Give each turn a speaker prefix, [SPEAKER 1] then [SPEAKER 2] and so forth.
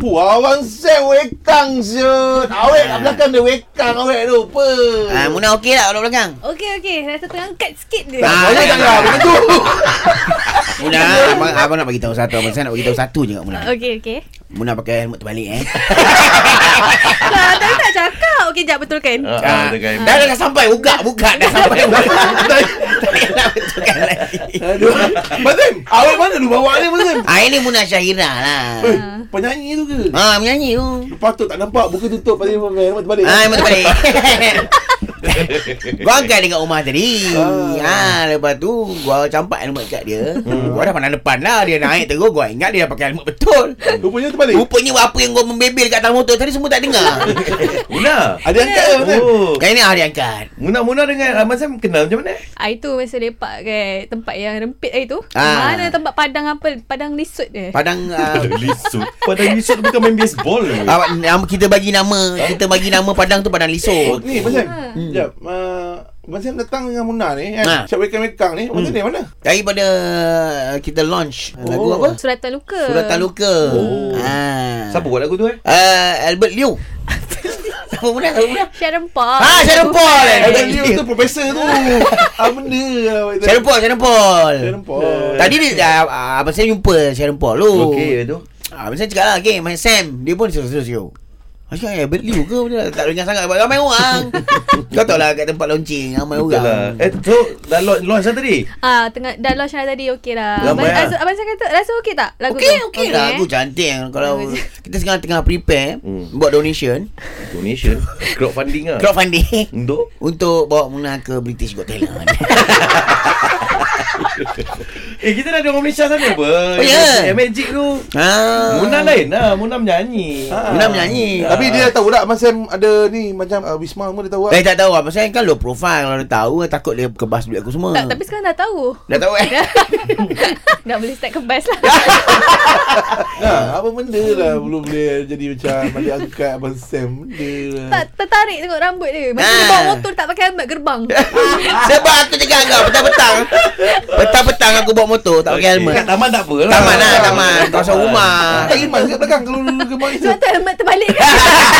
[SPEAKER 1] Pu awang Sam wekang siut. Awek kat belakang dia wekang awek tu. Apa?
[SPEAKER 2] Ah, Muna okey tak kalau belakang?
[SPEAKER 3] Okey okey, rasa terangkat sikit dia.
[SPEAKER 2] Ah.
[SPEAKER 1] Boleh tak lah macam tu?
[SPEAKER 2] Muna, abang, abang nak bagi tahu satu. Abang saya nak bagi tahu satu je kat Muna.
[SPEAKER 3] Okey okey.
[SPEAKER 2] Muna pakai helmet terbalik eh.
[SPEAKER 3] Lah, tadi tak cakap. Okey, jap betulkan.
[SPEAKER 1] Ah, ah,
[SPEAKER 2] Ah,
[SPEAKER 1] dengan-
[SPEAKER 2] dah, dah, dah sampai. Buka, buka. Dah sampai. Buka. Tak payah nak betulkan lagi.
[SPEAKER 1] Aduh. Mazim, awak mana lu bawa ni Mazim?
[SPEAKER 2] Ah, ini Muna Syahira lah.
[SPEAKER 1] Eh, penyanyi tu ke?
[SPEAKER 2] Ah, menyanyi tu.
[SPEAKER 1] Patut tak nampak buka tutup pada memang terbalik.
[SPEAKER 2] Ah, helmet terbalik. Gua angkat dekat rumah tadi ah. Lepas tu Gua campak helmet kat dia Gua dah pandang depan lah Dia naik terus Gua ingat dia dah pakai helmet betul
[SPEAKER 1] Rupanya terbalik.
[SPEAKER 2] Rupanya apa yang gua membebel kat dalam motor tadi Semua tak dengar
[SPEAKER 4] Muna.
[SPEAKER 1] Ada angkat ke Mazim?
[SPEAKER 4] Oh.
[SPEAKER 2] Yang ini ah dia angkat
[SPEAKER 4] Muna-muna dengan Abang Sam kenal macam mana?
[SPEAKER 3] Hari tu Ah, masa lepak kat tempat yang rempit hari tu.
[SPEAKER 2] Ah.
[SPEAKER 3] Mana tempat padang apa? Padang lisut dia.
[SPEAKER 2] Padang ah,
[SPEAKER 4] Lisut. Pada lisut bukan main baseball.
[SPEAKER 2] ah, nama kita bagi nama Kita bagi nama Padang tu Padang Lisut
[SPEAKER 1] Oh, Ni Mazim. Jap. ah, Abang Sam datang dengan Muna ni
[SPEAKER 2] Ah. Hmm.
[SPEAKER 1] kan. Siap wekang-wekang ni. Abang Sam ni mana?
[SPEAKER 2] Daripada ah, kita launch ah, Lagu
[SPEAKER 1] Oh.
[SPEAKER 2] apa?
[SPEAKER 3] Suratan luka.
[SPEAKER 2] Suratan Luka
[SPEAKER 4] Oh.
[SPEAKER 2] ah.
[SPEAKER 4] Siapa buat lagu tu eh?
[SPEAKER 2] Ah, Albert Liu Siapa pun dah? Siapa pun dah?
[SPEAKER 3] Sharon Park.
[SPEAKER 2] Ah, Sharon Paul
[SPEAKER 1] Adam Liu
[SPEAKER 2] eh.
[SPEAKER 1] tu profesor tu. Ah benda lah. awak tu.
[SPEAKER 2] Sharon Paul Sharon Paul
[SPEAKER 1] Sharon Paul.
[SPEAKER 2] Tadi dia ah, ah, Abang Sam jumpa Sharon Paul tu
[SPEAKER 4] Okey eh, tu.
[SPEAKER 2] Ah, Abang Sam cakap lah Okay main Sam Dia pun serius-serius yo Aku cakap eh Beli ke Benda Tak dengar sangat Sebab ramai orang Kau tahu lah Kat tempat launching Ramai
[SPEAKER 4] Betul lah.
[SPEAKER 2] orang
[SPEAKER 4] Eh so dah launch, launch dah tadi?
[SPEAKER 3] Ah, tengah dah launch dah tadi okey lah.
[SPEAKER 4] Ramai
[SPEAKER 3] Abang,
[SPEAKER 4] lah.
[SPEAKER 3] rasa, abang saya kata rasa okey tak
[SPEAKER 2] eh.
[SPEAKER 3] lagu
[SPEAKER 2] Okey
[SPEAKER 3] tu?
[SPEAKER 2] okey lah Aku
[SPEAKER 3] eh?
[SPEAKER 2] cantik Kalau
[SPEAKER 3] Bagus.
[SPEAKER 2] Kita sekarang tengah prepare
[SPEAKER 4] Hmm.
[SPEAKER 2] Buat donation
[SPEAKER 4] Donation. Crowdfunding lah.
[SPEAKER 2] Crowdfunding
[SPEAKER 4] Untuk?
[SPEAKER 2] Untuk bawa Muna ke British Got Talent
[SPEAKER 4] Eh kita dah ada orang Malaysia sana apa?
[SPEAKER 2] Oh, ya.
[SPEAKER 4] Eh, Magic tu.
[SPEAKER 2] ah.
[SPEAKER 4] Muna lain lah. Muna menyanyi.
[SPEAKER 1] Ah.
[SPEAKER 2] Muna menyanyi
[SPEAKER 1] Tapi dia tahu tak Masam ada ni Macam uh, Wisma semua dia tahu
[SPEAKER 2] Saya tak tahu Pasal kan low profile Kalau dia tahu eh, Takut dia kebas duit aku semua
[SPEAKER 3] Tak, tapi sekarang dah tahu.
[SPEAKER 2] Dah tahu eh
[SPEAKER 3] dah boleh start kebas lah.
[SPEAKER 2] Ya.
[SPEAKER 1] ha, Apa benda lah Belum boleh jadi macam Balik angkat Abang Sam Benda lah
[SPEAKER 3] tak tertarik tengok rambut dia. Masa dia
[SPEAKER 2] Ah.
[SPEAKER 3] bawa motor tak pakai helmet gerbang. Ah,
[SPEAKER 2] Sebab aku cakap kau Petang-petang Petang-petang aku bawa motor Tak pakai
[SPEAKER 4] Kat
[SPEAKER 2] helmet
[SPEAKER 4] taman tak apa lah.
[SPEAKER 1] Ah,
[SPEAKER 4] Ah.
[SPEAKER 2] Taman lah taman Kawasan rumah
[SPEAKER 1] Eh, Tak iman kat belakang Kalau dulu gemar itu
[SPEAKER 3] Sebab tu helmet terbalik. kan?